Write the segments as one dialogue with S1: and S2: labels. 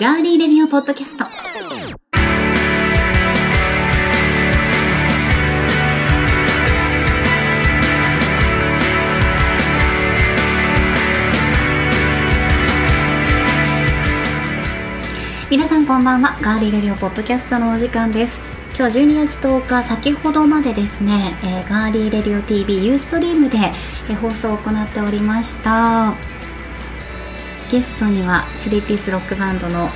S1: ガウディレディオポッドキャスト。皆さんこんばんは。ガーディレディオポッドキャストのお時間です。今日12月10日、先ほどまでですね、えーガーディレディオ TV ユーストリームで、えー放送を行っておりました。ゲストには3ピースロックバンドの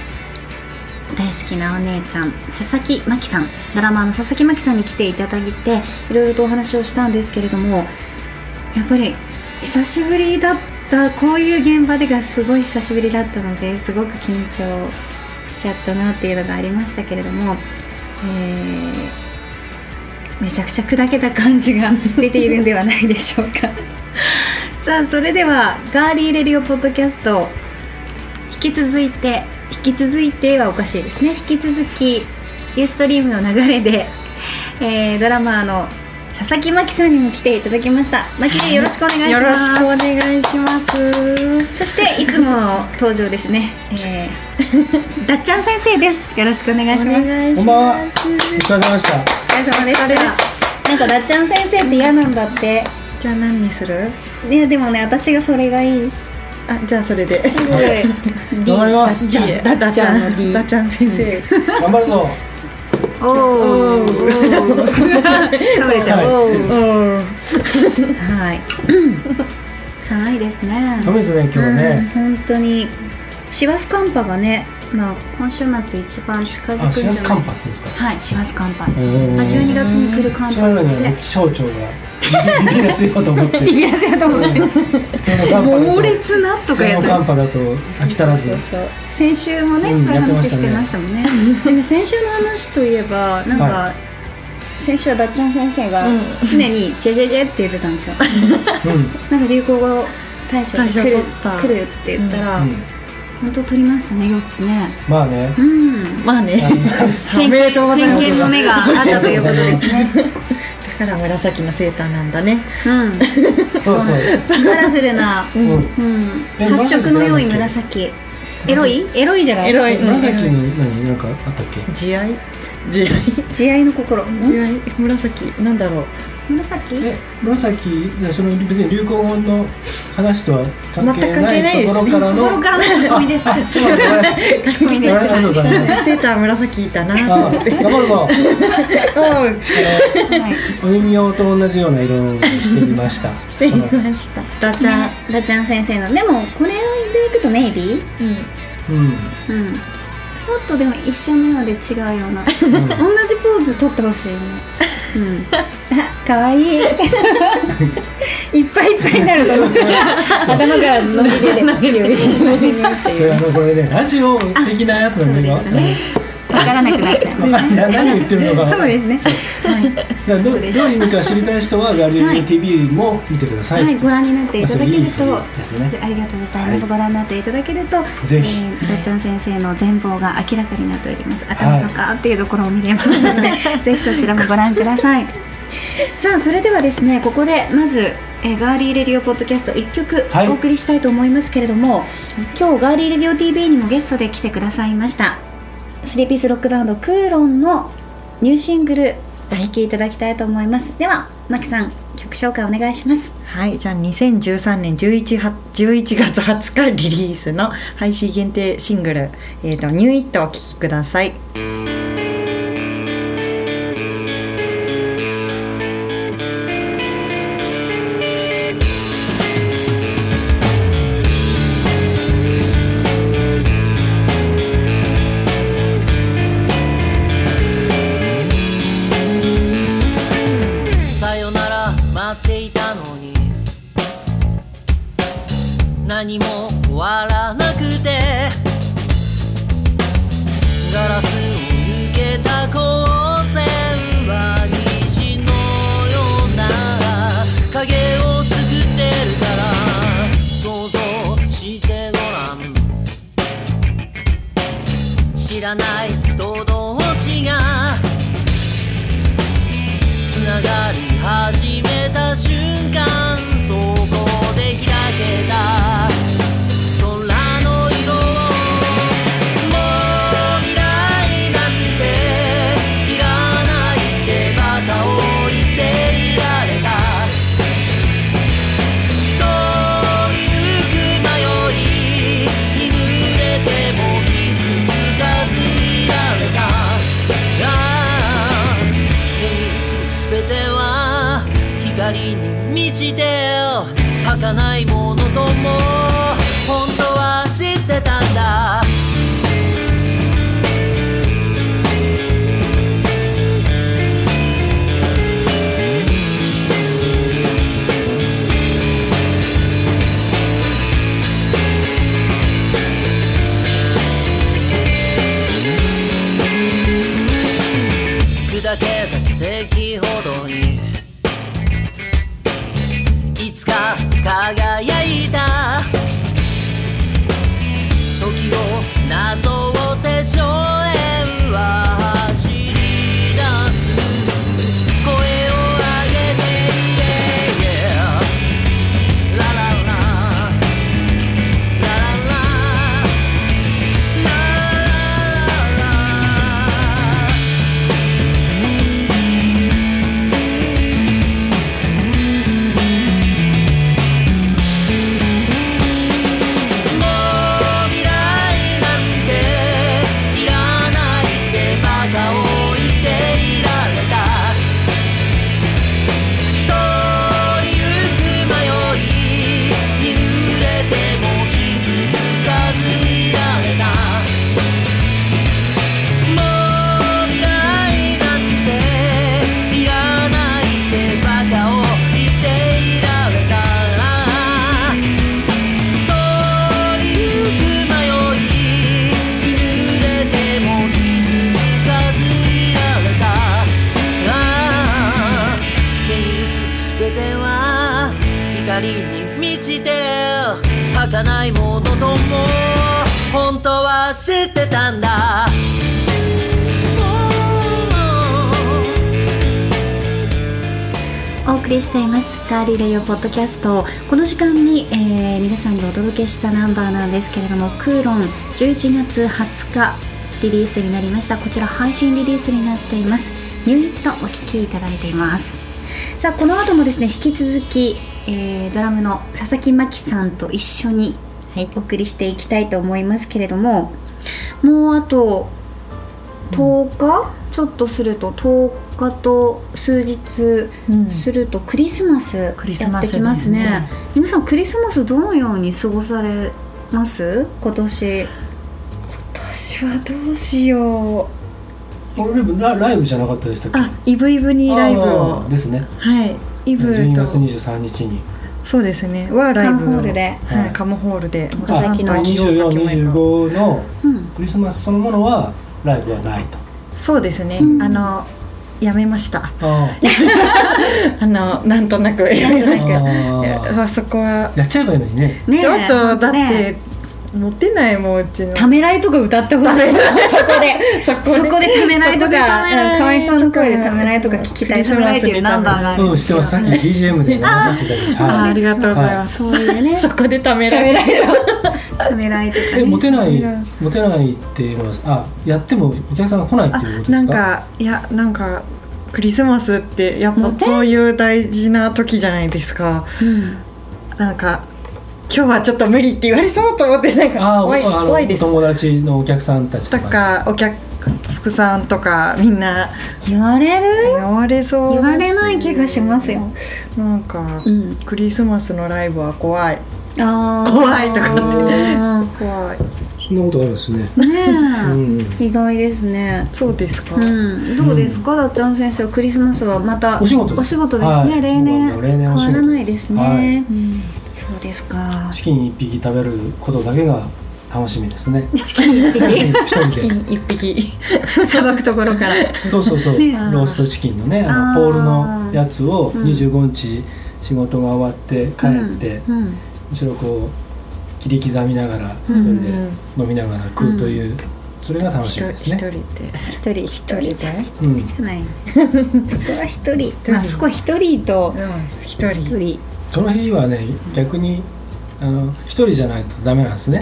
S1: 大好きなお姉ちゃん佐々木真希さんドラマーの佐々木真希さんに来ていただいていろいろとお話をしたんですけれどもやっぱり久しぶりだったこういう現場でがすごい久しぶりだったのですごく緊張しちゃったなっていうのがありましたけれども、えーめちゃくちゃ砕けた感じが出ているんではないでしょうか さあそれではガーリーレディオポッドキャスト引き続いて引き続いてはおかしいですね引き続きユーストリームの流れで、えードラマーの佐々木真希さんにも来ていただきました真希よろしくお願いします
S2: よろしくお願いします。
S1: そしていつもの登場ですね、えー、 だっちゃん先生ですよろしくお願いしますお疲れ
S2: い
S3: こんばんは。お疲れ様でした。
S1: 様でしたなんかだっちゃん先生って嫌なんだって
S2: じゃあ何にする？
S1: いやでもね私がそれがいいす
S2: あ、じゃあそれで。
S1: ごい D
S3: 頑張ります。
S1: じゃ
S2: いいえ
S1: あだっちゃんの D
S2: ダちゃん先生。
S3: 頑張るぞ。
S1: おお倒れちゃうおー
S2: うん。
S1: はい寒いです
S3: 寒
S1: ね
S3: いですね、今日は
S1: うん
S3: ね。
S1: 本当に師走寒波がねまあ今週末一番近づくん
S3: あ、
S1: じ
S3: シ
S1: ゃな
S3: ラ
S1: い
S3: スカンパっていうんですか。
S1: はい、師走寒波。
S3: おー
S1: まあ12月に来る寒
S3: そういう
S1: 波な
S3: の
S1: の
S3: にはね
S1: で、。
S3: 気象庁がビビらせようと思って。
S1: いや、だと思って。
S3: 普通の寒波
S1: 猛
S3: だと。
S1: 烈なと
S3: 普
S1: か
S3: 通
S1: や
S3: の
S1: った。
S3: 寒波だと飽き足らず
S2: そう。そう。
S1: 先週もね、
S3: うん
S1: そういう
S3: やってま
S1: 話
S3: した
S1: し
S3: ね
S1: てましたもんね。 でも先週の話といえば、なん
S3: は
S1: か。先週はだっちゃん先生が
S2: うん
S1: 常に「ジェジェジェ」って言ってたんですよ
S3: うん。
S1: なんか流行語大賞に来
S2: 大賞取
S1: る
S2: った
S1: 来るって言ったら、
S3: うん
S1: 本当取りましたね4つね
S3: まあね。
S1: うん
S2: まあね。おめでとうございます
S1: 先見の目があったということ ですね
S2: だから紫のセーターなんだね。
S1: うん
S3: そうそう。
S1: カラフルな
S3: うん。
S1: うん、
S3: え
S1: 発色の良い
S3: 紫
S1: 紫エロいエロいじゃない
S2: エロいうん
S3: 紫に何なんかあったっけ？
S2: 慈愛。慈愛。
S1: 慈愛の心ん
S2: 慈愛。紫。なんだろう。
S1: 紫
S3: え、紫いやその別に流行語の話とは関係ないところからの。
S1: 心からのツッコミでした
S3: あすごい
S1: ツッコミ で
S3: あり
S1: し
S3: がとうございます。
S2: セーター紫だ
S3: あ
S2: な。
S3: 頑張るぞ。
S2: うん。
S1: たはい
S3: お人形と同じような色をしてみました。
S2: してみました。ダち
S1: じゃ
S2: ゃん。
S1: あだちゃん先生のでもこれでいくとネイビー
S2: うん。
S3: うん。
S1: うんちょっとでも一緒のようで違うような同
S3: うん
S1: じポーズ取ってほしいねうんあかわいいいっぱいいっぱいになる と思う頭から伸び出て伸び出て伸び出てって
S3: そ
S1: いう
S3: れあのこれねラジオ的なやつなんだよ
S1: あそうでわからなくなっちゃいます
S3: な 何言ってるのか
S1: そうですね。 は
S3: だからどどういう意味か知りたい人は「ガリ
S1: は
S3: レ
S1: い
S3: ディ TV」も見てくださ
S1: い、
S3: い、
S1: はい、ご覧になっていただける
S3: それいい
S1: と
S3: 雰囲気ですね
S1: ありがとうございます、
S3: はい
S1: ご覧になっていただけると
S3: ぜひ
S1: えーだっちゃん先生の全貌が明らかになっております頭がかーっていうところを見れますので、 ぜひそちらもご覧くださいさあそれではですねここでまず、えーガーリーレディオポッドキャスト1曲
S3: はい
S1: お送りしたいと思いますけれども、今日ガーリーレディオ TV にもゲストで来てくださいましたスリーピースロックバンドクーロンのニューシングルお聴きいただきたいと思いますではマキさん曲紹介お願いします
S2: はい、じゃあ2013年 11, は11月20日リリースの配信限定シングル「えー、とニューイット」をお聴きください。
S4: さよなら待っていたのに何も終わらなくてガラスを抜けた光線は虹のような影を作ってるから想像してごらん知らない人同士がつながり始めた瞬間そこで開けた空の色をもうにして儚いものとも本当は知ってたんだ砕けた奇跡ほどにいつか輝いた時をなぞって少年は走り出す声を上げていけララララララララララもう未来なんていらないってバカを言っていられた通りゆく迷いに濡れても傷つかずいられたもう未来なんていらないってバカを言っていられたら通りゆく迷いに濡れても傷つかずいられたああ目に映すべては光に満ちて儚いものとも本当は知ってたんだ
S1: お送りしていますガーリーレイオポッドキャストこの時間に、えー皆さんにお届けしたナンバーなんですけれどもクーロン11月20日リリースになりましたこちら配信リリースになっていますニューイットお聴きいただいていますさあこの後もですね引き続き、えードラムの佐々木真希さんと一緒にお送りしていきたいと思いますけれどももうあと10日、ちょっとすると10日と数日
S2: うん
S1: するとクリスマスや
S2: リスマ
S1: っ
S2: ス
S1: て
S2: ですね
S1: きますね皆さんクリスマスどのように過ごされます今年
S2: 私はどうしよう
S3: 俺もラライブじゃなかったでしたっけ
S2: あイブイブにライブを
S3: あーですね
S2: はいイブ
S3: 12
S2: と
S3: 月23日に
S2: そうですねはライブ
S1: カ
S2: を
S1: ムホールで
S2: はい、カムホールで
S1: 岡崎の
S2: あ
S3: 2425の
S1: うん
S3: クリスマスそのものはライブはないと
S2: そうですね、
S1: うん
S2: あのやめました
S3: あ
S2: あのなんとなくやめまし
S3: ー
S2: た
S3: あ
S2: あそこは
S3: ーやっちゃえばいいのにね
S1: ねえ
S2: ちょっとだって、
S1: ね
S2: 持てないもんうちの
S1: えためらいとか歌ってほしいそこで
S2: そ
S1: そこでためらいと
S2: そこで
S1: か
S2: ためらい
S1: うん
S2: とか
S1: 河合さんの声でためらいとか聞きたい
S2: クリ
S1: た
S2: ス
S1: めら
S2: マ
S1: い
S2: ス
S1: っていうナンバーがある
S3: うんしてますさっき BGM で流させていただきました
S2: あ
S3: は
S2: あ
S3: い
S2: りがとうございます、
S1: そういうね
S2: そこでため
S1: た
S2: ら
S1: め
S2: い
S1: らいとためらいとか
S3: えモテない
S2: うん
S3: モテないっていうのはあやってもお客さんが来ないっていうことで
S2: なん
S3: すか
S2: かいやなんかクリスマスってやっ
S1: モ
S2: ぱ
S1: テ
S2: そういう大事な時じゃないですか
S1: うん
S2: なんか今日はちょっと無理って言われそうと思ってなんか
S3: あ
S2: 怖い
S3: ーあの
S2: 怖い
S3: お
S2: です
S3: 友達のお客さんたち
S2: と
S3: とか
S2: かお客さんとかみんな
S1: 言われる
S2: 言われそう
S1: 言われない気がしますよ
S2: なんか
S1: ん
S2: クリスマスのライブは怖い
S1: あー
S2: 怖いとかって
S1: あ
S2: 怖い
S3: そんなことあるんですね
S1: ー
S3: うん
S1: ね
S3: うん
S1: え意外ですね
S2: そうですか、
S1: うん、どうですか、だっちゃん先生クリスマスはまた
S3: お仕事です
S1: お仕事ですね、
S3: はい
S1: 例
S3: も
S1: 年
S3: う例
S1: 変
S3: 年お仕
S1: わ
S3: 事です
S1: らないですね、
S3: はい
S2: うん
S1: そうですか
S3: チキン一匹食べることだけが楽しみですね
S1: チキン一
S2: チ
S3: 一人
S2: キ
S3: で
S2: ン一匹
S1: 匹さばくところから
S3: そうそうそう、
S1: ね
S3: ローストチキンのねあ
S1: あー
S3: のポールのやつを
S1: うん
S3: 25日仕事が終わって帰って、
S1: うんうん
S3: 一応こう切り刻みながら
S1: う
S3: 一
S1: ん
S3: 人で飲みながら食うという、それが楽し
S2: 一
S3: みです
S2: 人
S3: ね
S2: で
S1: 一人一人じゃ一
S3: うん
S1: 人じゃ ない、そこは一人まあそこは一人と
S2: 一
S1: 一
S2: 人
S1: 人
S3: その日はね逆にあの一人じゃないとダメなんですね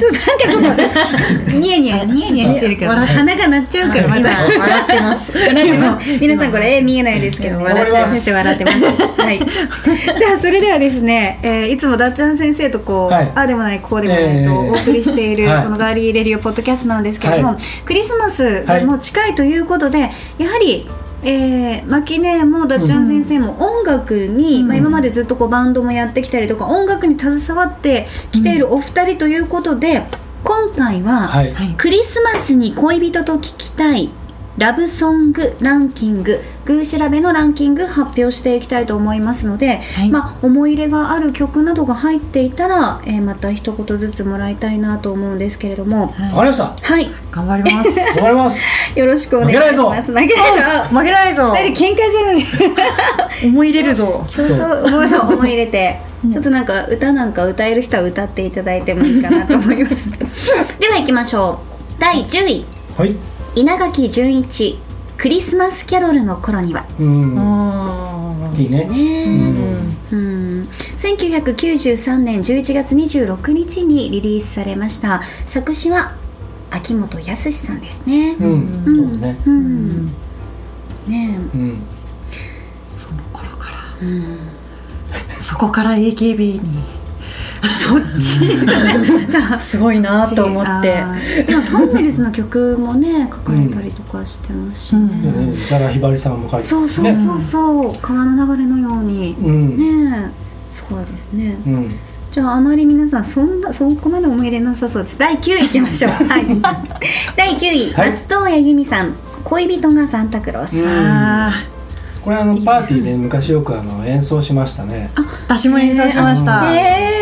S1: ニヤニヤニヤニヤしてるから
S2: 笑
S1: 鼻が鳴っちゃうからま
S2: 今
S1: だ
S2: 笑っ てます
S1: 笑ってます。皆さんこれ絵見えないですけど、
S2: うん
S1: 笑っちゃいま
S3: 笑います
S1: す。笑ってます。はい。 じゃあそれではですね、えーいつもダッチャン先生とこう、
S3: はい
S1: ああでもないこうでもないと
S3: えー
S1: お送りしている
S3: はい
S1: このガーリーレディオポッドキャストなんですけれども、
S3: はい
S1: クリスマスがもう近いということで、やはり。ええー、マキネもダッチャン先生も音楽に、
S2: うん
S1: まあ、今までずっとこうバンドもやってきたりとか音楽に携わってきているお二人ということで、今回は、
S3: はい
S2: はい
S1: クリスマスに恋人と聴きたいラブソングランキング偶調べのランキング発表していきたいと思いますので、
S2: い
S1: まあ、思い入れがある曲などが入っていたら、えーまた一言ずつもらいたいなと思うんですけれども
S3: わかりました。わ
S1: はい
S2: 頑張ります。
S3: かります。
S1: よろしくお願いします負けないぞ
S2: 負けないぞ。
S1: 二人喧嘩じゃない
S2: 思い入れるぞ。
S1: 競争思いそう思い入れてちょっとなんか歌なんか歌える人は歌っていただいてもいいかなと思いますけどでは行きましょう第10位
S3: はい。
S1: 稲垣潤一クリスマスキャロルの頃には
S3: うん。
S2: うん
S3: いいね。う
S1: ね
S3: ん。
S1: うん1993年11月26日にリリースされました作詞は秋元康さんですね
S3: う。
S1: うん
S3: そうだね。
S1: うんね
S3: うん。
S2: その頃から
S1: えうん
S2: そこから AKB に
S1: そっち
S2: すごいなと思って
S1: あーでもトンネルズの曲もね書かれたりとかしてますし
S2: うん
S1: ね、
S3: ね石原ひばりさんも書いて
S1: そ
S3: ま
S1: う
S3: す
S1: そう
S3: ね。
S1: そうそう川の流れのように
S3: うん。
S1: ねえすごいですね
S3: うん。
S1: じゃああまり皆さんそんなそこまで思い入れなさそうです第9位いきま しょうはい第9位、
S3: はい
S1: 松任谷由実さん恋人がサンタクロース、
S3: うん
S2: あ
S3: これあのパーティーで昔よくあの演奏しましたね。
S2: あ私も演奏しました、
S1: え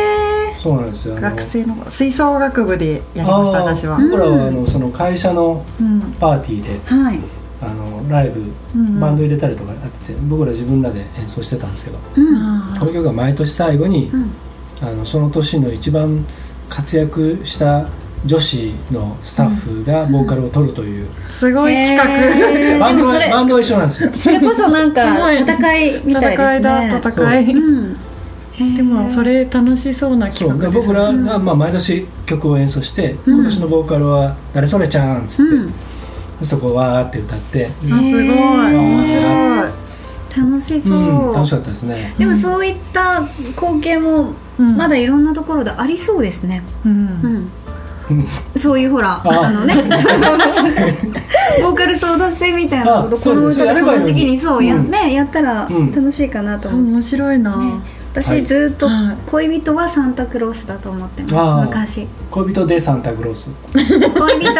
S3: そうなんですよ。あの
S2: 学生の吹奏楽部でやりました
S3: あー
S2: 私は、
S1: うん
S3: 僕らはあのその会社の
S2: うん
S3: パーティーで
S1: ー、はい、
S3: あのライブ
S2: うん
S3: バンド入れたりとかやってて、僕ら自分らで演奏してたんですけど、
S1: うん
S2: あ
S3: この曲が毎年最後に、
S1: うん
S3: あのその年の一番活躍した女子のスタッフがボーカルを取るという、
S2: ーすごい企画、
S1: えー
S3: バンド
S1: でもそ
S3: は
S1: れ
S3: バンドは一緒なんですよ。
S1: それこそなん
S2: す
S1: か
S2: ごい
S1: 戦いみたいですね
S2: 戦いだ戦い、
S1: うん
S2: でもそれ楽しそうな
S3: そ
S2: 企
S3: う
S2: 画
S3: で
S2: です
S3: 僕
S2: ね
S3: らが、まあ、毎年曲を演奏して、
S1: うん
S3: 今年のボーカルは「誰それちゃん」っつって、
S1: うん
S3: そこうわーって歌って、
S2: あすごい、
S1: へー
S2: 面白い、
S1: 楽しそう、
S3: うん、楽しかったですね。
S1: でもそういった光景も
S2: うん
S1: まだいろんなところでありそうですね、
S2: うん
S1: うん
S3: うん
S1: そういうほらあ
S3: あ
S1: のね ボーカル争奪戦みたいなこと
S3: あ
S1: こ
S3: そう
S1: の
S3: です
S1: 歌
S3: ね
S1: でこの時期にそうや,、
S3: うん
S1: ね、やったら
S3: うん
S1: 楽しいかなと思って、
S2: 面白いな、
S1: ね
S3: は
S1: 私
S3: い
S1: ずっと
S2: はい
S1: 恋人はサンタクロースだと思って
S3: あ
S1: ま
S3: ー
S1: す昔
S3: 恋人でサンタクロース
S1: 恋人え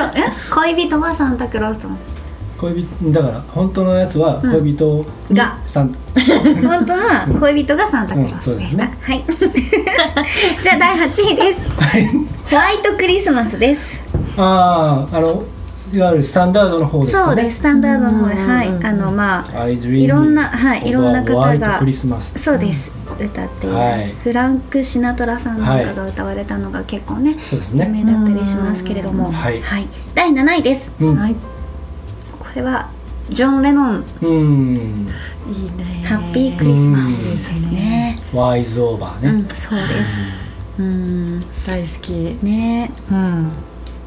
S1: 恋人はサンタクロースと思って
S3: 恋人だから本当のやつは
S1: うん
S3: 恋人
S1: が
S3: サン
S1: 本当は恋人がサンタクロースでした、
S3: うん
S1: はい じゃあ第8位ですホワイトクリスマスです
S3: あああのいわゆるスタンダードの方です
S1: そ
S3: か
S1: う
S3: ね
S1: ですスタンダードの方で、
S2: うん
S1: はい、
S2: うん
S1: あのまあ
S3: I dream
S1: いろんなはい
S3: of a
S1: いろんな方が
S3: white クリスマス
S1: そうです、歌っている、
S3: はい
S1: フランク・シナトラさんなんかが歌われたのが結構ね、
S3: そうです
S1: 有
S3: ね
S1: 名だったりしますけれども、
S3: うんはい
S1: 第7位です
S3: うん、
S2: はい
S1: これはジョン・レノン
S3: うん、
S2: いい
S1: 「
S2: ね
S1: ハッピークリスマス」ですね、
S3: ワイズオーバー
S1: うん
S3: ね、
S1: そうですうん
S2: 大好き
S1: ね
S2: うん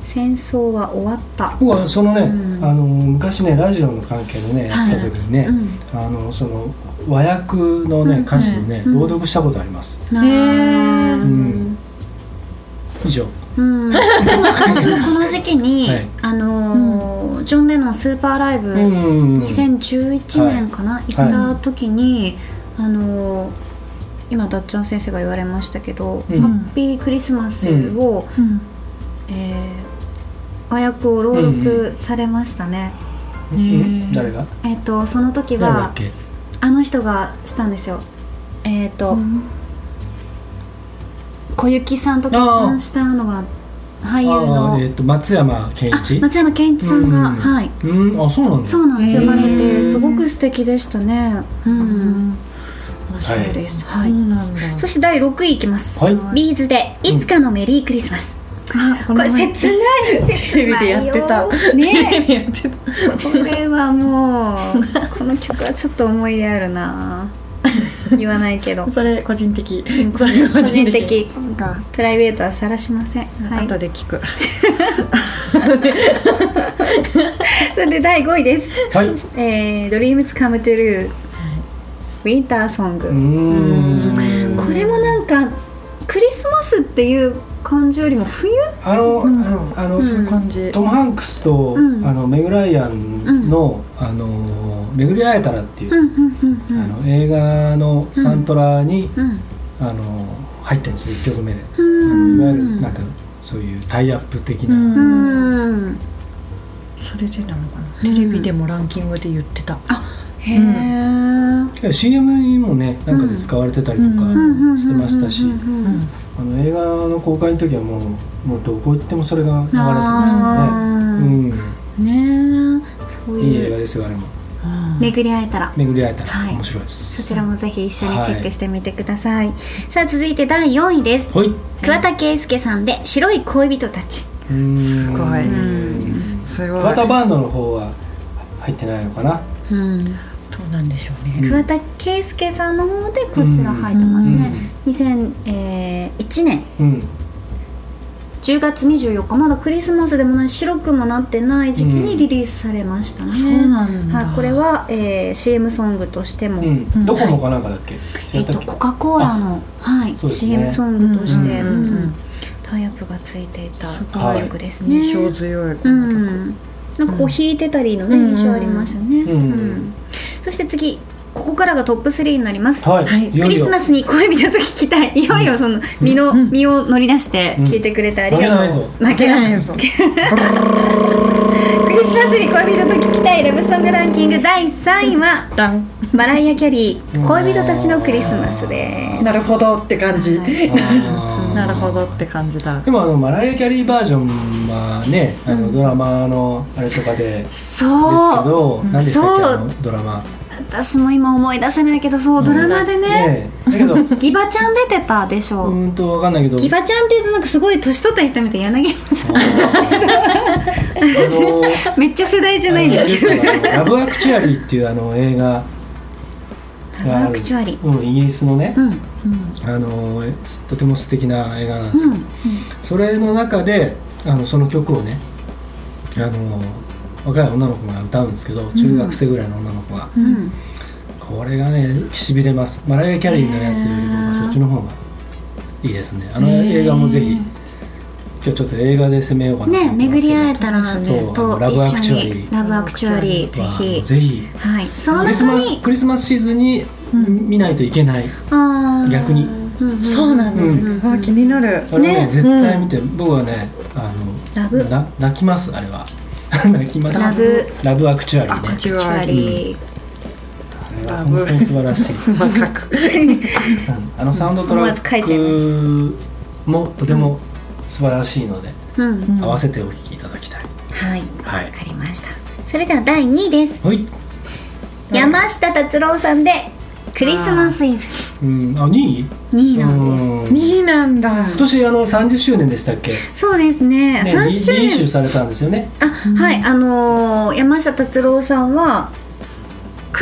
S1: 戦争は終わった
S3: 僕はそのね、
S1: うん
S3: あの昔ねラジオの関係でねやってた時にね、
S1: うん
S3: あのその和訳のね歌詞をね、
S1: うん
S3: 朗読したことあります
S1: な
S2: へ
S1: う
S2: ー
S1: ん
S3: 以上
S1: うん、でも私もこの時期に、
S3: はい
S1: あのージョン・レノンスーパーライブ、
S3: うん
S1: 2011年かな、行った時に、あのー今ダッチョン先生が言われましたけど「
S3: うん
S1: ハッピークリスマスを」
S2: うん
S1: えー和訳を朗読されましたね、
S3: うん誰が
S1: えっ、とその時
S3: 誰だっ
S1: は
S3: け
S1: あの人がしたんですよえっ、と、
S2: うん
S1: 小雪さんと結婚したのは俳優
S3: あ
S1: の
S3: ーえっと松山ケンイ
S1: あ
S3: チ
S1: 松山ケンイチさんが、
S3: うん
S1: はい
S3: うんあそうなんだ
S1: そうなんですよ
S2: へー
S1: 生まれてすごく素敵でしたねうん、
S2: 面
S3: 白い
S1: ですはい
S2: そうなんだ。
S1: そして第6位いきます、
S3: はい
S1: ビーズで「いつかのメリークリスマス」
S2: あこ
S1: これ
S2: 前
S1: 切ない
S2: テレビでやってた。
S1: 切ないよね
S2: テレビやってた。
S1: これはもうこの曲はちょっと思い出あるな言わないけど
S2: それ個人的。
S1: 個人個人的
S2: そうか。
S1: プライベートは晒しません、はい、
S2: 後で聞く。
S1: それで第5位です
S3: はい
S1: 「えー、Dreams Come True」「ウィンターソング」
S3: うーん
S1: これもなんかクリスマスっていう感じよりも冬
S3: あの、
S2: うん
S3: あのあの、
S1: うん
S2: 感じ。
S3: トム・ハンクスと、
S1: うん
S3: あのメグ・ライアンの、あの巡り会えたら」っていうう、
S1: んうんうんう
S3: あ
S1: ん
S3: の映画のサントラに、
S1: うん
S3: あの入ってるんですよ1曲目で、
S1: う
S3: あの
S1: ん
S3: いわゆるなんかそういうタイアップ的な、
S2: うん
S1: うん
S2: それでなのかなテレビでもランキングで言ってた、
S1: へえ、うん
S3: いや CM にもねなんかで使われてたりとか
S2: うん
S1: うんうんうんうんうん、
S3: してましたし、
S2: うん
S3: あの映画の公開の時はもうもうどこ行ってもそれが流れてま
S1: あ
S3: す
S1: ー
S3: ね、
S1: ねえそう
S3: うん、いい映
S1: い
S3: 画
S1: う
S3: ですよあれも
S1: 巡り会えたら
S3: 巡り会えた
S1: は
S3: ら
S1: い
S3: 面白いです、
S1: そちらもぜひ一緒にチェックしてみてください、さあ続いて第4位です
S3: はい
S1: 桑田佳祐さんで「白い恋人たち
S3: うーん
S2: すごい
S1: うん
S2: すごい
S3: 桑田バンドの方は入ってないのかな」
S1: うん
S2: どうなんでしょうね
S1: 桑田佳祐さんの方でこちら入ってますね、2001年
S3: うん
S1: 10月24日まだクリスマスでもない白くもなってない時期にリリースされましたね、
S2: そうなんだ
S1: はい、これは、えー、CM ソングとしても、
S3: うん、
S2: うん
S3: ドコモかなんかだっけ、
S1: え
S3: 違
S1: っ
S3: った
S1: と
S3: っけ
S1: コカ・コーラの、はい
S3: そうですね
S1: CM ソングとして、う
S2: う
S1: んん
S2: うんうん
S1: タイアップがついていた
S2: す
S3: ごい
S1: 曲ですね、
S2: 印象強い、こ
S1: う
S2: の曲
S1: ん、なんかこう弾いてたりのね、
S2: うん
S1: 印象ありましたね、
S3: うん
S1: そして次ここからがトップ3になります、
S3: はい、
S2: はい
S3: いよ
S1: ク
S3: い
S1: リ
S3: よ
S1: スマスに恋人と聞きたいいよいよその身の、
S2: うん
S1: 身を乗り出して聞いてくれてあり
S3: 負け
S1: が
S3: ない
S1: と
S3: ぞ
S1: う、負けない
S2: ぞ
S1: クリスマスに恋人と聞きたいラブソングランキング第3位は
S2: ダン
S1: マライア・キャリー「恋人たちのクリスマス」です
S2: なるほどって感じ、
S3: あー
S2: なるほどって感じだ
S3: でもあのマライア・キャリーバージョンはねあの、ドラマのあれとかでですけ
S1: そう
S3: ど何でしたっ
S1: そ
S3: け
S1: う
S3: あのドラマ
S1: 私も今思い出せないけどそうドラマでね
S3: ねだけどう
S1: ギバちゃん出てたでしょ、
S3: ーんとわかんないけど
S1: ギバちゃんって言うとなんかすごい年取った人みたい柳原さ
S3: あの
S1: ん めっちゃ世代じゃないんだけど
S3: あのラブアクチュアリーっていうあの映画があ
S1: ラ
S3: る
S1: ブアクチュアリー
S3: うん、イギリスのね
S1: う、ん
S3: あのえとても素敵な映画なんです
S1: う
S3: よ、
S1: ん
S3: それの中であのその曲をねあの若い女の子が歌うんですけど中学生ぐらいの女の子が、
S1: うん
S3: これがねしびれますマライア・キャリーのやつよりも
S1: へー
S3: そっちの方がいいですねあの映画もぜひ今日ちょっと映画で攻めようかなと
S1: ね
S3: 思ってます
S1: 巡
S3: けど
S1: り会えたら
S3: そう
S1: と
S3: ラブアクチ
S1: 一緒
S3: ュアリ
S1: に
S3: ー
S1: ラブアクチュアリーぜ
S3: は
S1: ひ
S3: ぜひ
S1: はいその
S3: クリス
S1: 中
S3: マス
S1: に
S3: クリスマスシーズンに見ないといけない、
S1: あー
S3: 逆に
S1: んん
S2: そうなんです、
S3: うん
S2: わあ気になる
S3: あれね
S1: ね
S3: 絶対見て、僕はねあ
S1: ラ
S3: の
S1: ブ
S3: な泣きますあれは 泣きます
S1: ラブ
S3: ラブアクチュアリ
S1: ア
S3: ー
S1: ク
S3: ね
S1: チュアリー
S3: あれは本当に素晴らしい
S2: 細かく
S3: うんあのサウンドトラ
S1: 思わず書いちゃいま
S3: ックもとても素晴らしいので、
S1: うん
S2: うん
S3: 合わせてお聴きいただきたい。
S1: はい
S3: はい
S1: わかりましたそれでは第2位です
S3: はい。
S1: 山下達郎さんでクリスマスイブ
S3: うん、あ、2位。
S1: 2位なんです
S3: うん今
S2: 2位なんだ
S3: 年あの30周年でしたっけ。
S1: そうですね
S3: ね、
S1: 3
S3: リ
S1: 周
S3: リイシュ
S1: 年
S3: されたんですよね。
S1: あはいあのー山下達郎さんは9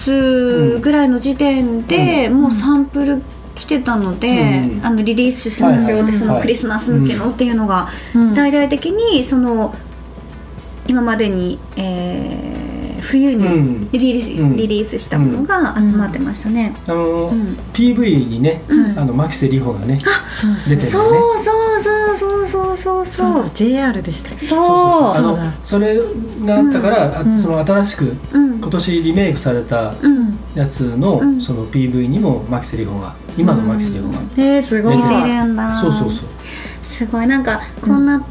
S1: 月ぐらいの時点でもうサンプル来てたので、
S3: うん
S1: あのリリースしますよっ
S3: はいはい
S1: てそのクリスマス向けのっていうのが
S2: うん
S1: 大々的にその今までに、えー冬
S3: うん
S1: にリリース,、
S3: うん
S1: リリースしたものが集まってましたね。
S3: あの、
S1: うん
S3: PV にね、
S2: うん
S3: あの牧瀬里穂がね、
S2: そうそ
S3: 出
S2: う
S3: てる
S1: そ
S3: よ
S1: う
S3: ね。
S1: そうそうそうそうそう
S2: そ
S1: そう
S2: うだ JR でしたっけ
S1: そう
S3: あ
S2: そう
S3: の
S2: だ
S3: それがあったから、あ
S2: うん
S3: その新しく
S1: うん
S3: 今年リメイクされた
S1: うん
S3: やつの、
S1: うん
S3: その PV にも牧瀬里穂が今の牧瀬里穂が、
S2: えー、すごい
S3: 出て
S1: 出てるんだ
S3: そうそうそう
S1: すごいなんかこんな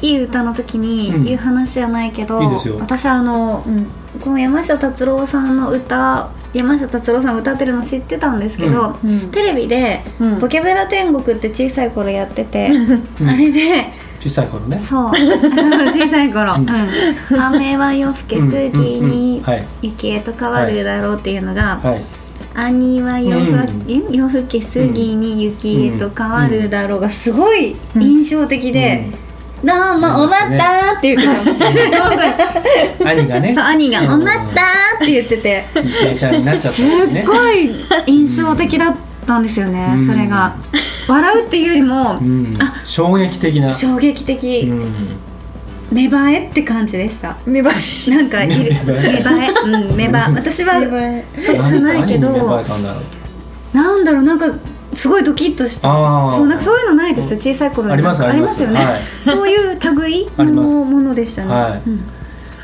S1: いい歌の時
S3: うん
S1: に言う話じゃないけど、
S3: いいですよ
S1: 私はあの、うんこの山下達郎さんの歌山下達郎さんが歌ってるの知ってたんですけど、
S2: うんうん
S1: テレビで「
S2: うん
S1: ボキャブラ天国」って小さい頃やってて、
S3: ん
S1: あれで
S3: 小さい頃 ね。
S1: そう小さい頃「
S3: う
S1: うんん、雨は夜更け過ぎ
S3: うんうんうん
S1: に
S3: はい
S1: 雪へと変わるだろう」っていうのが、
S3: はい。
S1: 兄は夜ふ
S3: うん
S1: え夜更け過ぎに雪へと変わるだろうがすごい印象的で「どうもおばった」って言ってた
S3: うん兄が ね。
S1: そう兄が「
S3: うん
S1: おまった」って言ってて
S3: イケイちゃんになっちゃっ
S1: す
S3: た
S1: っ
S3: んだよね。
S1: ごい印象的だったんですよね
S3: うん
S1: それが笑うっていうよりも
S3: うん、衝撃的な。
S1: 衝撃的
S3: うん
S1: 芽生えって感じでした
S2: 芽生
S1: なんかいる
S3: 芽
S1: 芽
S3: 生え
S1: 生えうん芽生え私
S2: え
S1: はそうじゃないけ
S3: 何に芽生え
S1: ど
S3: たんだろう。
S1: なんだろうなんかすごいドキッとした
S3: ああ。
S1: そうなんかそういうのないです小さい頃に
S3: あります
S1: ありますよね、
S3: あります
S1: そういう類
S3: あります
S1: のものでしたね、
S3: はい
S1: うん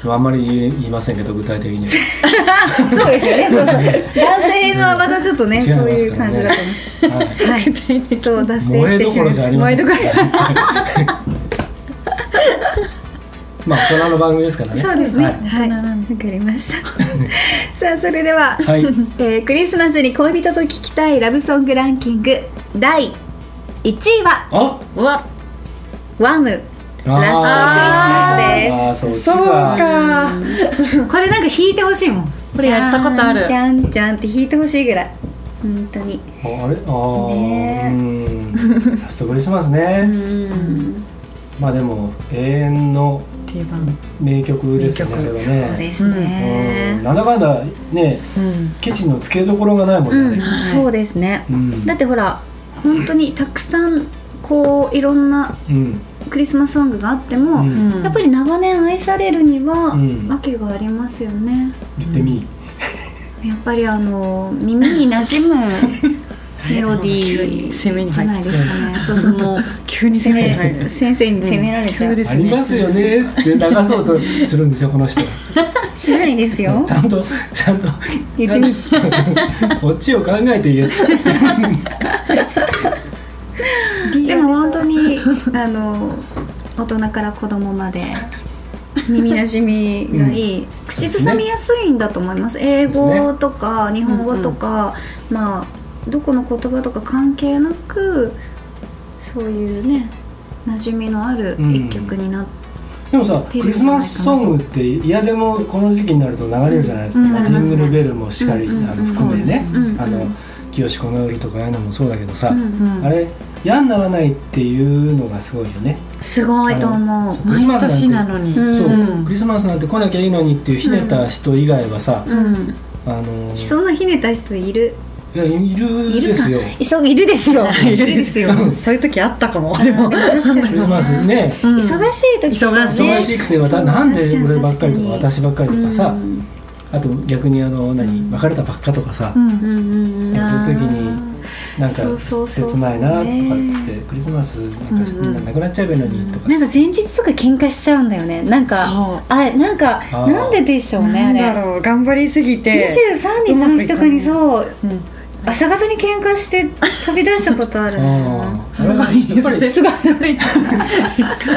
S3: あんまり言いませんけど具体的には
S1: そうですよね。 そうそう男性のはまたちょっとね、
S3: 違い
S1: そ
S3: ます
S1: ういう
S3: から
S1: 感
S3: ね
S1: じだと
S3: はい
S1: 思う。はい。と脱線
S3: 燃
S1: し
S3: え
S1: て
S3: ど
S1: し
S3: こ
S1: ま
S3: ろ
S1: い
S3: じ
S1: ま
S3: ゃあ
S1: す。
S3: りま
S1: 燃
S3: せ
S1: え
S3: ん
S1: どころ。
S3: まあ大人の番組ですからね
S1: そうですね。
S3: は
S1: はい。わかりま した。さあそれでは、
S3: はい
S1: えークリスマスに恋人と聞きたいラブソングランキング第1位は
S3: あ
S2: うわ
S1: ワム。ラ
S3: ストクリスマスです
S2: そうか
S1: これなんか弾いてほしいもん。
S2: これやったことある
S1: じゃんじゃんじゃんって弾いてほしいぐらい。本当に。
S3: ああれあー、
S1: ねえ
S3: うんラストクリスマスねまあでも永遠の
S2: 定番
S3: 名曲ですね
S2: 名曲
S3: それは
S1: そうで
S3: ね
S1: すね
S3: うん。なんだかんだね
S2: うん
S3: ケチのつけどころがないもんね、
S1: うん、そうですね、
S3: うん
S1: だってほら本当にたくさんこういろんな
S3: うん
S1: クリスマスソングがあって
S3: う
S1: も、
S3: ん
S2: うん
S1: やっぱり長年愛されるには、
S3: うん
S1: 訳がありますよね
S3: 言ってみ、
S1: やっぱりあの耳に馴染むメロディ
S2: 攻め
S1: ー
S2: に
S1: じゃ
S2: 入
S1: な
S2: っ
S1: い
S2: て
S1: ですかねそうそうもう
S2: 急に攻めに入る
S1: ね先生に責められちゃう、
S2: 急です
S3: あり
S2: ね
S3: ますよねっつって流そうとするんですよこの人
S1: しないですよ
S3: ちゃんとちゃんと
S1: 言ってみ
S3: ちゃん とこっちを考えて言え
S1: でも本当にあの大人から子供まで耳なじみがいい、口ずさみやすいんだと思います英語とか日本語とか、まあどこの言葉とか関係なくそういうね馴染みのある一曲になっ
S3: でもさク
S1: 出る
S3: リ
S1: んじ
S3: ス
S1: ゃないかな
S3: マスソングって嫌でもこの時期になると流れるじゃないです
S1: うん流れ
S3: か、
S1: ます
S3: ジ
S1: ね
S3: ングルベルもしっかり、
S1: うん
S3: あ
S1: うん
S3: の含めてね、
S1: うんうんうん
S3: あの清子の夜とかああいうのもそうだけどさ、
S1: た、
S2: うん
S3: あれ嫌にならないっていうのがすごいよね、
S1: すごいと思う
S3: あの。クリスマ
S2: 毎年
S3: スなんて
S2: なのに
S1: うん
S3: そうクリスマスなんて来なきゃいいのにっていうひねった人以外はさ、
S1: うん、
S3: あの
S1: 悲壮なひねた人いる
S3: いやいる
S1: いる
S3: で
S1: か
S3: すよ
S1: いそういるですよいるですよ
S2: そういう時あったかもでも
S1: 確か
S3: ク
S1: に
S3: リスマスね、
S2: うん
S1: 忙しい時とかね
S3: 忙しくてわた、なんで俺ばっかりとか
S1: 私
S3: 私ばっかりとかさ、
S1: うん
S3: あと逆にあの何別れたばっかとかさ、
S2: うん
S1: うんうんうん、
S3: そういう時になんか
S1: そうそうそうそう
S3: 切ないなとかっつってクリスマスなんかみんななくなっちゃえばいいのにとか
S1: なんか前日とか喧嘩しちゃうんだよねなんか
S2: そ
S1: あなんか
S3: あー
S1: なんででしょう
S2: う
S1: ね
S2: な
S1: あ
S2: んだ
S1: れ
S2: ろう頑張りすぎて
S1: 23日の日とかにそう
S2: うん
S1: 朝方に喧嘩して飛び出したことある
S3: あー
S2: すごい
S3: やっぱりやっ
S1: すごい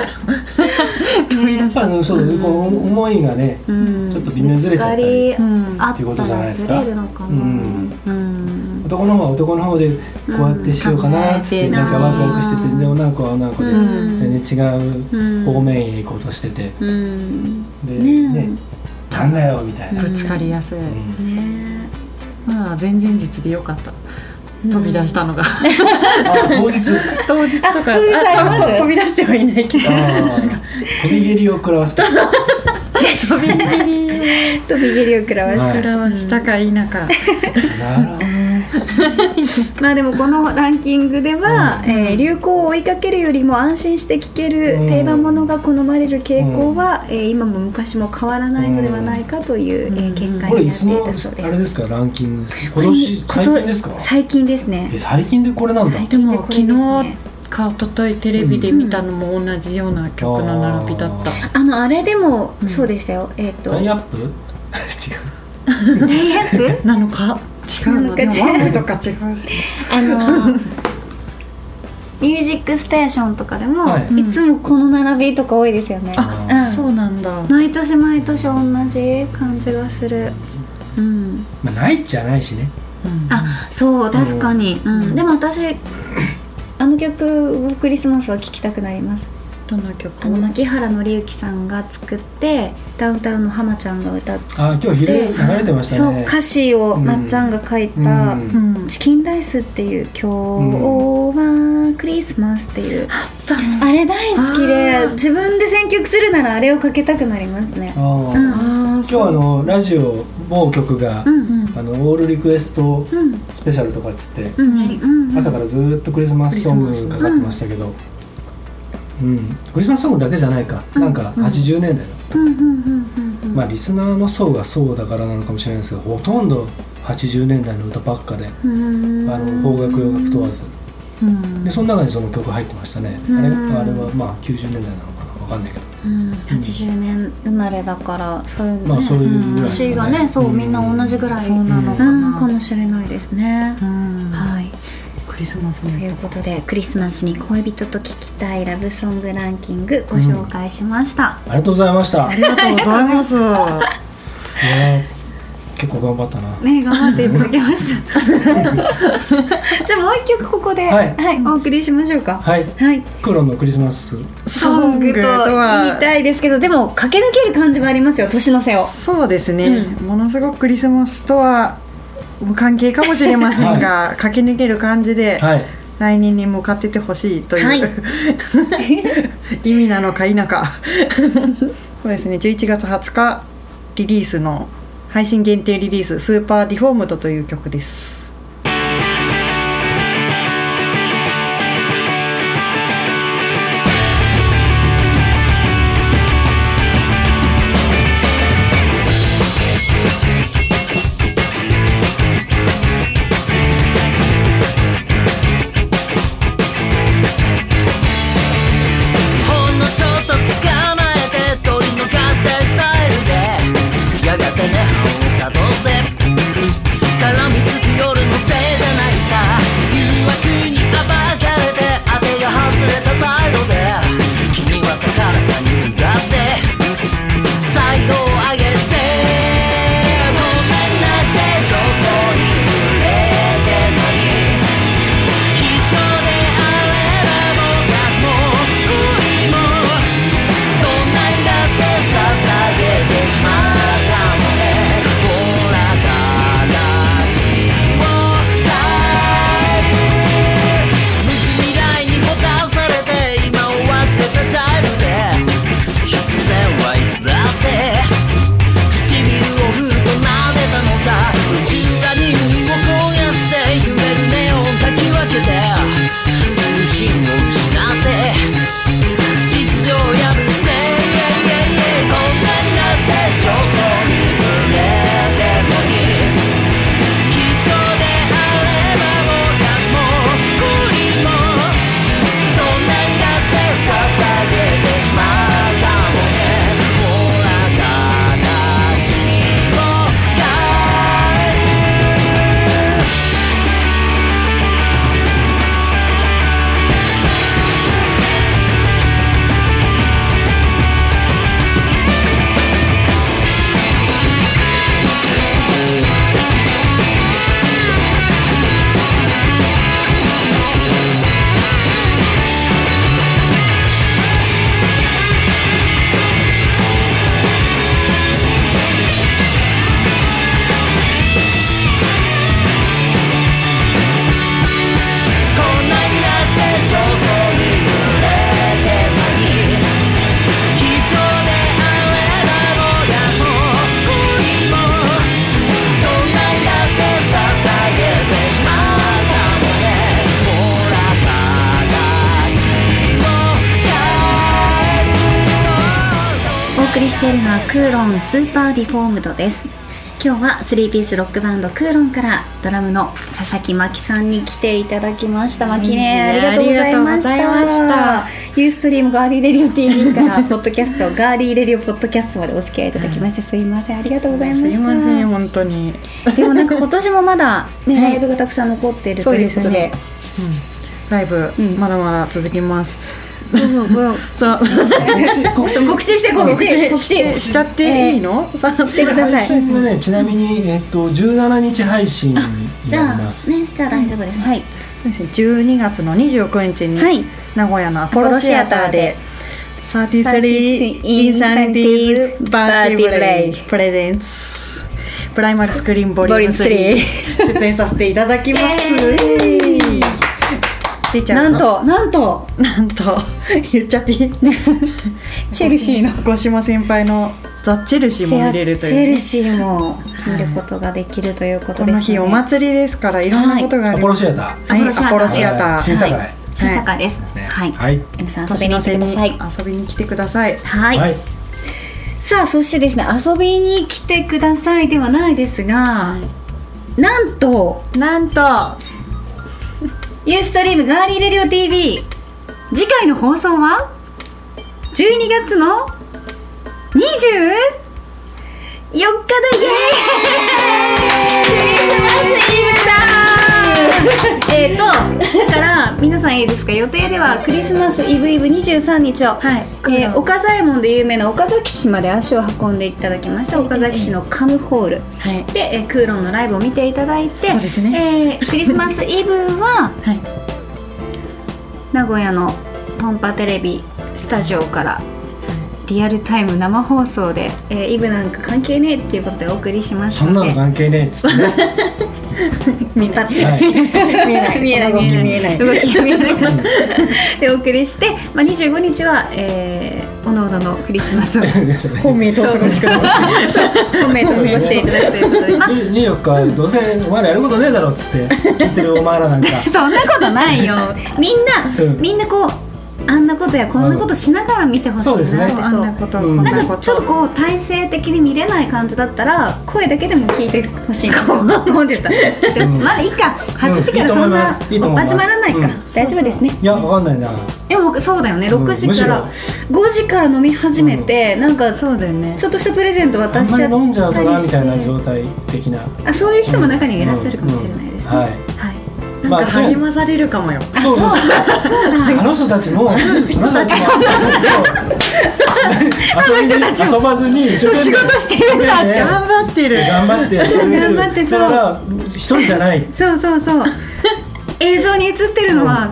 S2: 飛び出し
S3: ぱりあのそうこう思いがね
S1: うん
S3: ちょっと微妙にずれちゃった
S1: ぶ
S3: り
S1: つか
S2: うん
S1: あ
S3: っていう
S1: っ
S3: ことじ
S1: た
S3: ゃない
S1: ら
S3: です
S1: ず
S3: か
S1: れるのかな
S3: うん
S1: うん
S3: 男の方は男の方でこうやってしようかなっつっ
S2: う
S3: て
S2: ん
S3: なんかワクワクして
S1: う
S3: て
S1: ん
S3: で女の子は女の子で
S2: うん
S3: 全然違う方面へ行こうとしてて
S1: うん
S3: で
S1: ねえ
S3: ねなんだよみたいな
S2: ぶつかりやすい
S3: うん
S1: ね
S2: まあ前々日でよかった飛び出したのが
S3: あ当日
S2: 当日とか
S1: あそういうのあります
S2: あ飛び出してはいないけど
S3: あー飛び蹴りを食らわせた
S2: 飛び蹴り
S1: え飛び蹴りを食らわし
S3: は
S1: た
S3: い
S2: をらわしたか否か
S3: なるほどね
S1: まあでもこのランキングでは、えー流行を追いかけるよりも安心して聴ける
S3: うん
S1: 定番ものが好まれる傾向は、えー今も昔も変わらないのではないかという、
S2: うん
S1: えー見解
S3: これ
S1: に
S3: い
S1: なっ
S3: つ
S1: てい
S3: の
S1: たそう
S3: あ
S1: で
S3: れ
S1: す。
S3: ですかランキングですか今年最近ですか
S1: 最近ですね
S3: え。最近でこれなんだ
S1: 最
S2: で
S1: 近で
S2: も
S1: これです
S2: 昨日
S1: ね。
S2: か一昨日テレビで見たのも同じような曲の並びだった、
S1: あのあれでも、
S2: うん
S1: そうでしたよ。えっ、と
S3: ライ
S1: レイ
S3: ンアッ プ違う
S1: アッ プ
S2: なのか違う
S1: なのか
S2: のでも
S1: 違う
S2: ワンプとか違うし
S1: あ のミュージックステーションとかでも、、
S3: はい
S2: い
S1: つもこの並びとか多いですよね。
S3: あ
S1: うん
S2: そうなんだ
S1: 毎年毎年同じ感じがする。うん。
S3: まあないっちゃないしね
S1: あそう確かに、うんでも私あの曲をクリスマスは聴きたくなります
S2: どの曲
S1: あの牧原紀之さんが作ってダウンタウンの浜ちゃんが歌って、
S3: あ今日昼
S1: で
S3: 流れてまし
S1: そ
S3: た
S1: う
S3: ね
S1: 歌詞を
S3: うん
S1: まっちゃんが書いた
S3: う
S1: 「
S2: うんん
S1: チキンライス」っていう「今日はクリスマス」っていう、あれ大好き
S2: あ
S1: で
S2: ー
S1: 自分で選曲するならあれをかけたくなりますね
S3: あー
S1: うん
S3: 今
S2: ああ
S3: 日あのラジオ某局が
S1: うん
S3: あのオールリクエスト
S1: うん
S3: スペシャルとかっつって
S1: うんうんうん
S3: 朝からずーっとクリスマスソングかかってましたけどうんクリスマスソングだけじゃないかなんか80年代の
S1: うんうんうんうんうん
S3: まあリスナーの層がそうだからなのかもしれないですけどほとんど80年代の歌ばっかで
S1: うん
S3: あの邦楽洋楽問わず
S2: うん
S3: でその中にその曲入ってましたねあれ
S1: うん
S3: あれはまあ90年代なのかなわわかんないけど
S1: うん、
S5: 80年生まれだからそういうね、
S3: まあそういうぐらいです
S1: 年
S3: か
S1: が
S3: ね
S1: ねそうみんな同じぐらい、
S2: そうなのか
S5: う
S2: な、
S5: んかもしれないですね
S2: う、ん
S1: はい
S2: クリスマス
S1: とい
S2: の
S1: うことでクリスマスに恋人と聴きたいラブソングランキングご紹介しました、
S3: ありがとうございました、
S2: ありがとうございます
S3: ね、結構頑張ったな
S5: ね頑張っていただきました じゃあもう一曲ここで、
S3: は
S5: はいいお送りしましょうか
S3: はい
S5: はい
S3: 黒のクリスマス
S5: ソングと言いたいですけどでも駆け抜ける感じはありますよ年の 瀬を
S2: そうですね、ものすごくクリスマスとは無関係かもしれませんが、駆け抜ける感じで、
S3: はい
S2: 来年に向かっててほしいという、
S1: はい
S2: 意味なのか否か そうですね11月20日リリースの配信限定リリース「スーパーディフォームド」という曲です
S4: ほんのちょっと捕まえて鳥の数でスタイルでやがてね本を悟って絡みつく夜のせいじゃないさ誘惑に暴かれて当てが外れた態度で君は宝かに向かって最後を上げてごめんなって上層に触れて何「人であれば僕も恋も」「どんなにだって捧げてしまったのね」「ほら形を変える」「その未来にほたされて今を忘れたチャイルで」「必然はいつだって」唇をふっと撫でたのさ宇宙が耳を焦がして揺れるネオンかき分けて重心を失って実情を破ってこんなになって上層に触れてんのに貴重であれば僕はもう恋もどんなにだって捧げてしまったもんねほら形を変えてこんなになって上層に触れてんのに貴重であれば親も恋もどんなになって捧げてしまったもんねほら形を変える
S1: お送りしているのはクーロンスーパーディフォームドです今日は3ピースロックバンドクーロンからドラムの佐々木真希さんに来ていただきました真希ねありがとうございました
S2: ありがとうございま
S1: ユーストリームガーリーレディオ TV からポッドキャストガーリーレディオポッドキャストまでお付き合いいただきましてすいませんありがとうございました
S2: すいません本当に
S1: でもなんか今年もまだね、
S2: はい
S1: ライブがたくさん残っていると
S2: そう
S1: い
S2: で
S1: うこ
S2: す
S1: とで
S2: ねうんライブ、
S1: うん
S2: まだまだ続きますそう
S5: 告知告知して告知告知
S2: しちゃっていいの、してく
S3: 配信はねちなみに、えっと、17日配信になり
S1: じゃあ
S3: ま
S1: ね
S3: す、
S1: じゃあ大丈夫です、はい
S2: 12月の29日に、
S1: はい
S2: 名古屋のアポロシアターで33 Insanities バーティブレイプレゼンツプライマルスクリーンボリューム
S5: ボリューム
S2: 3出演 させていただきます出ちゃ
S5: な
S2: うん
S5: となんと
S2: なんと 言っちゃっていい
S5: チェルシーの
S2: 五島先輩のザ・チェルシーも見れると
S1: シェアチ
S2: い
S1: ェ
S2: う
S1: ルシーも見ることができるということです
S2: こ
S1: ね
S2: の日お祭りですからいろんなことがあ
S3: ア
S2: り
S3: ポ
S2: ま
S3: ロ
S2: す
S3: シアタ
S1: アポロシアター
S2: はいアポロシア
S3: ー
S2: タ
S3: 新
S2: ー
S3: 栄
S1: はい新坂です
S3: ね
S1: はい、
S3: はい
S1: 皆さん遊び
S2: 年
S1: に
S2: の
S1: 来
S2: 瀬
S1: てくだ
S2: に
S1: さい
S2: 遊びに来てください
S1: はい、
S3: はい
S5: さあそしてですね遊びに来てくださいではないですが、なんと
S2: なんと
S5: ユーストリームガーリーレディオ TV 次回の放送は
S1: 12月の24日だイエーイクリスマスイブだえっとだから皆さんいいですか予定ではクリスマスイブイブ23日を、
S6: はい
S1: えー岡左衛門で有名な岡崎市まで足を運んでいただきました岡崎市のカムホール
S6: はい
S1: で、えークーロンのライブを見ていただいて
S6: そうですね
S1: えークリスマスイブは
S6: はい
S1: 名古屋のトンパテレビスタジオからリアルタイム生放送で、えーイブなんか関係ねえっていうことでお送りします
S3: そんな
S1: の
S3: の
S1: で
S3: 関係ねえっつってね、
S2: 見えない
S3: はい、
S2: 見えない
S1: 見えない
S2: その
S1: 動
S2: 動き見えない
S1: きが見えなかった でお送りして、まあ、25日は、えー、おのおののクリスマスを
S3: それ
S2: 本命とお過ごしください
S1: 本命と過ごしていただくということで、ま あ、
S3: に24日、どうせお前らやることねえだろっつって聞いてるお前 らなんか
S1: そんなことない よみんな、
S3: うん
S1: みんなこうあんなことやこんなことしながら見てほしいなって
S3: そうですね
S2: あんなことこん
S1: な
S2: なんこ
S1: か
S2: と
S1: ちょっとこう体制的に見れない感じだったら声だけでも聞いてほしいな 思ってた
S3: うん
S1: まだいいか8時から
S3: うんいいと
S1: そ
S3: 思い
S1: ん
S3: ま
S1: な
S3: すいいと
S1: お
S3: 思いま
S1: 始
S3: す
S1: まらないか
S3: うん
S1: 大丈夫ですね
S3: いやわかんないな
S1: でもそうだよね
S3: うん
S1: 6時から
S3: む
S1: 5時から飲み始めてなんかちょ
S2: そうだよね
S1: っとしたプレゼント
S3: あ
S1: 渡
S3: ん
S1: し
S3: ま
S1: ち
S3: り
S1: ゃった
S3: 飲んじゃうとな
S1: り
S3: み
S1: した
S3: いな
S1: て
S3: 状態的な
S1: あそういう人も中にいらっしゃるかもしれないですね
S3: うんう
S1: は
S3: んはいい
S2: なん
S3: まあ
S2: か励まされるかもよ
S3: そうそうあの人たちもあの人たちもそう遊びに遊ばずに
S1: そう仕事してるんだって
S2: 頑張ってる
S3: 頑張ってやってくれる
S1: 頑張ってそう
S3: だから一人じゃない
S1: そうそうそう映像に映ってるのは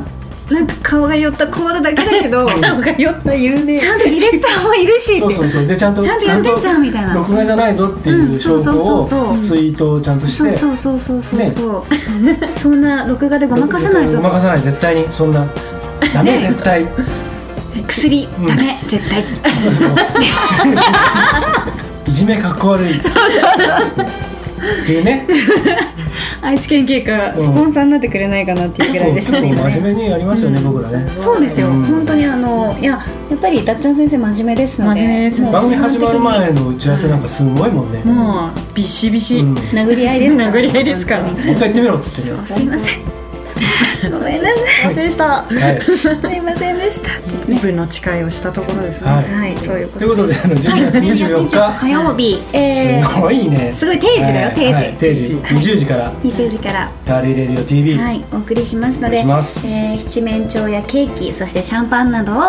S1: なんか顔が寄ったコードだけだけど
S2: なんか酔った言うね
S1: ちゃんとディレクターもいるし
S3: そ
S1: っ
S3: う
S1: て
S3: そうそうでちゃんと
S1: ちゃんとやってんじゃんみたいな
S3: 録画じゃないぞって
S1: う
S3: い
S1: ん
S3: う
S1: そう
S3: 証
S1: そう
S3: 拠
S1: そう
S3: を
S1: そう
S3: ツイートをちゃんとし
S1: そう
S3: て
S1: そうそうそうそう
S3: ね
S1: そう、そんな録画でごまかさないぞ
S3: ごまかさない絶対にそんなダメ絶 対
S1: 薬
S3: ん
S1: ダメ、絶対
S3: いじめかっこ悪いっていうね
S1: 愛知県警からスポンサーになってくれないかなっていうぐらいでした
S3: 結構
S1: ね今ね
S3: 真面目にやりますよね僕らね
S1: そうですよ、
S3: うん
S1: 本当にあのいややっぱりたっちゃん先生真面目ですので
S2: 真面目ですね
S1: もう
S3: 番組始まる前の打ち合わせなんかすごいもんねも
S2: もうビシビシ、
S3: うん
S2: もう
S1: 殴り合いですから
S2: 殴り合いですから
S1: 本
S3: う一回行ってみろっつってね
S1: 当にすいませ んごめんなさい
S2: 完成した
S3: はい
S1: すいませんでしたって
S2: イブの誓いをしたところですね、
S3: はい
S1: はいそういうこと
S3: いうことであの
S1: はい、
S3: 12月24
S1: 火
S3: 日
S1: 曜日、え
S3: すごいね
S1: ー、すごい定時だよ、定時、
S3: はい定時20時から
S1: 20時から、
S3: ガーリーレディオ TV
S1: はい、お送りしますので、
S3: お願いします
S1: えー七面鳥やケーキ、そしてシャンパンなどを、え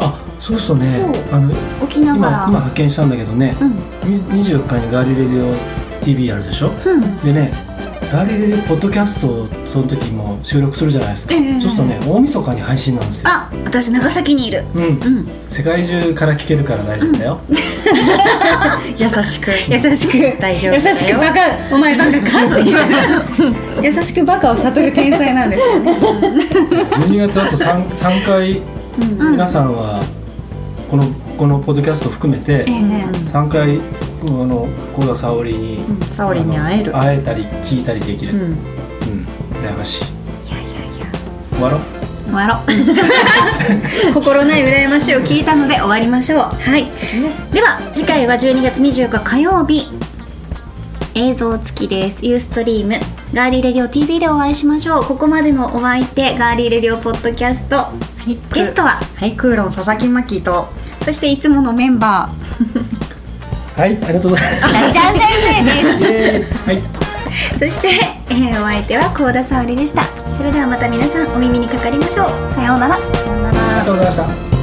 S3: あそうするとね
S1: そう
S3: あの
S1: ー、置きな
S3: 今
S1: がら、
S3: 今発見したんだけどね
S1: うん、
S3: に24日にガーリーレディオ TV やるでしょ
S1: うん、
S3: でねガーリーレディオポッドキャストをその時も収録するじゃないですか
S1: ええ
S3: そうするとね大晦日に配信なんですよ
S1: あ、私長崎にいる、
S3: うん
S1: うん、
S3: 世界中から聞けるから大丈夫だよ
S2: 優しく
S1: 優しく、
S2: 大丈夫だよ
S1: 優しくバカ、お前バカかって いう、優しくバカを悟る天才なんですよね。
S3: 12月あと 3, 3回皆さんはこのこのポッドキャスト含めて
S1: えー
S3: 3回あの幸田沙織に
S2: うん沙織に会える
S3: あの会えたり聞いたりできる
S2: う
S3: うん
S2: ん
S3: 羨ましい終わろう
S1: 終わろ う心ない羨ましを聞いたので終わりましょうはいでは次回は12月24日火曜日映像付きですユーストリームガーリーレディオ TV でお会いしましょうここまでのお相手ガーリーレディオポッドキャスト
S2: はい
S1: ゲストは
S2: はいクーロン佐々木真希と
S1: そしていつものメンバ
S3: はいありがとうござい ま
S1: ーダッチャン先生です
S3: すイエーイはい
S1: そして、えーお相手は幸田沙織でしたそれではまた皆さんお耳にかかりましょうさようならさような
S3: ありがとうございました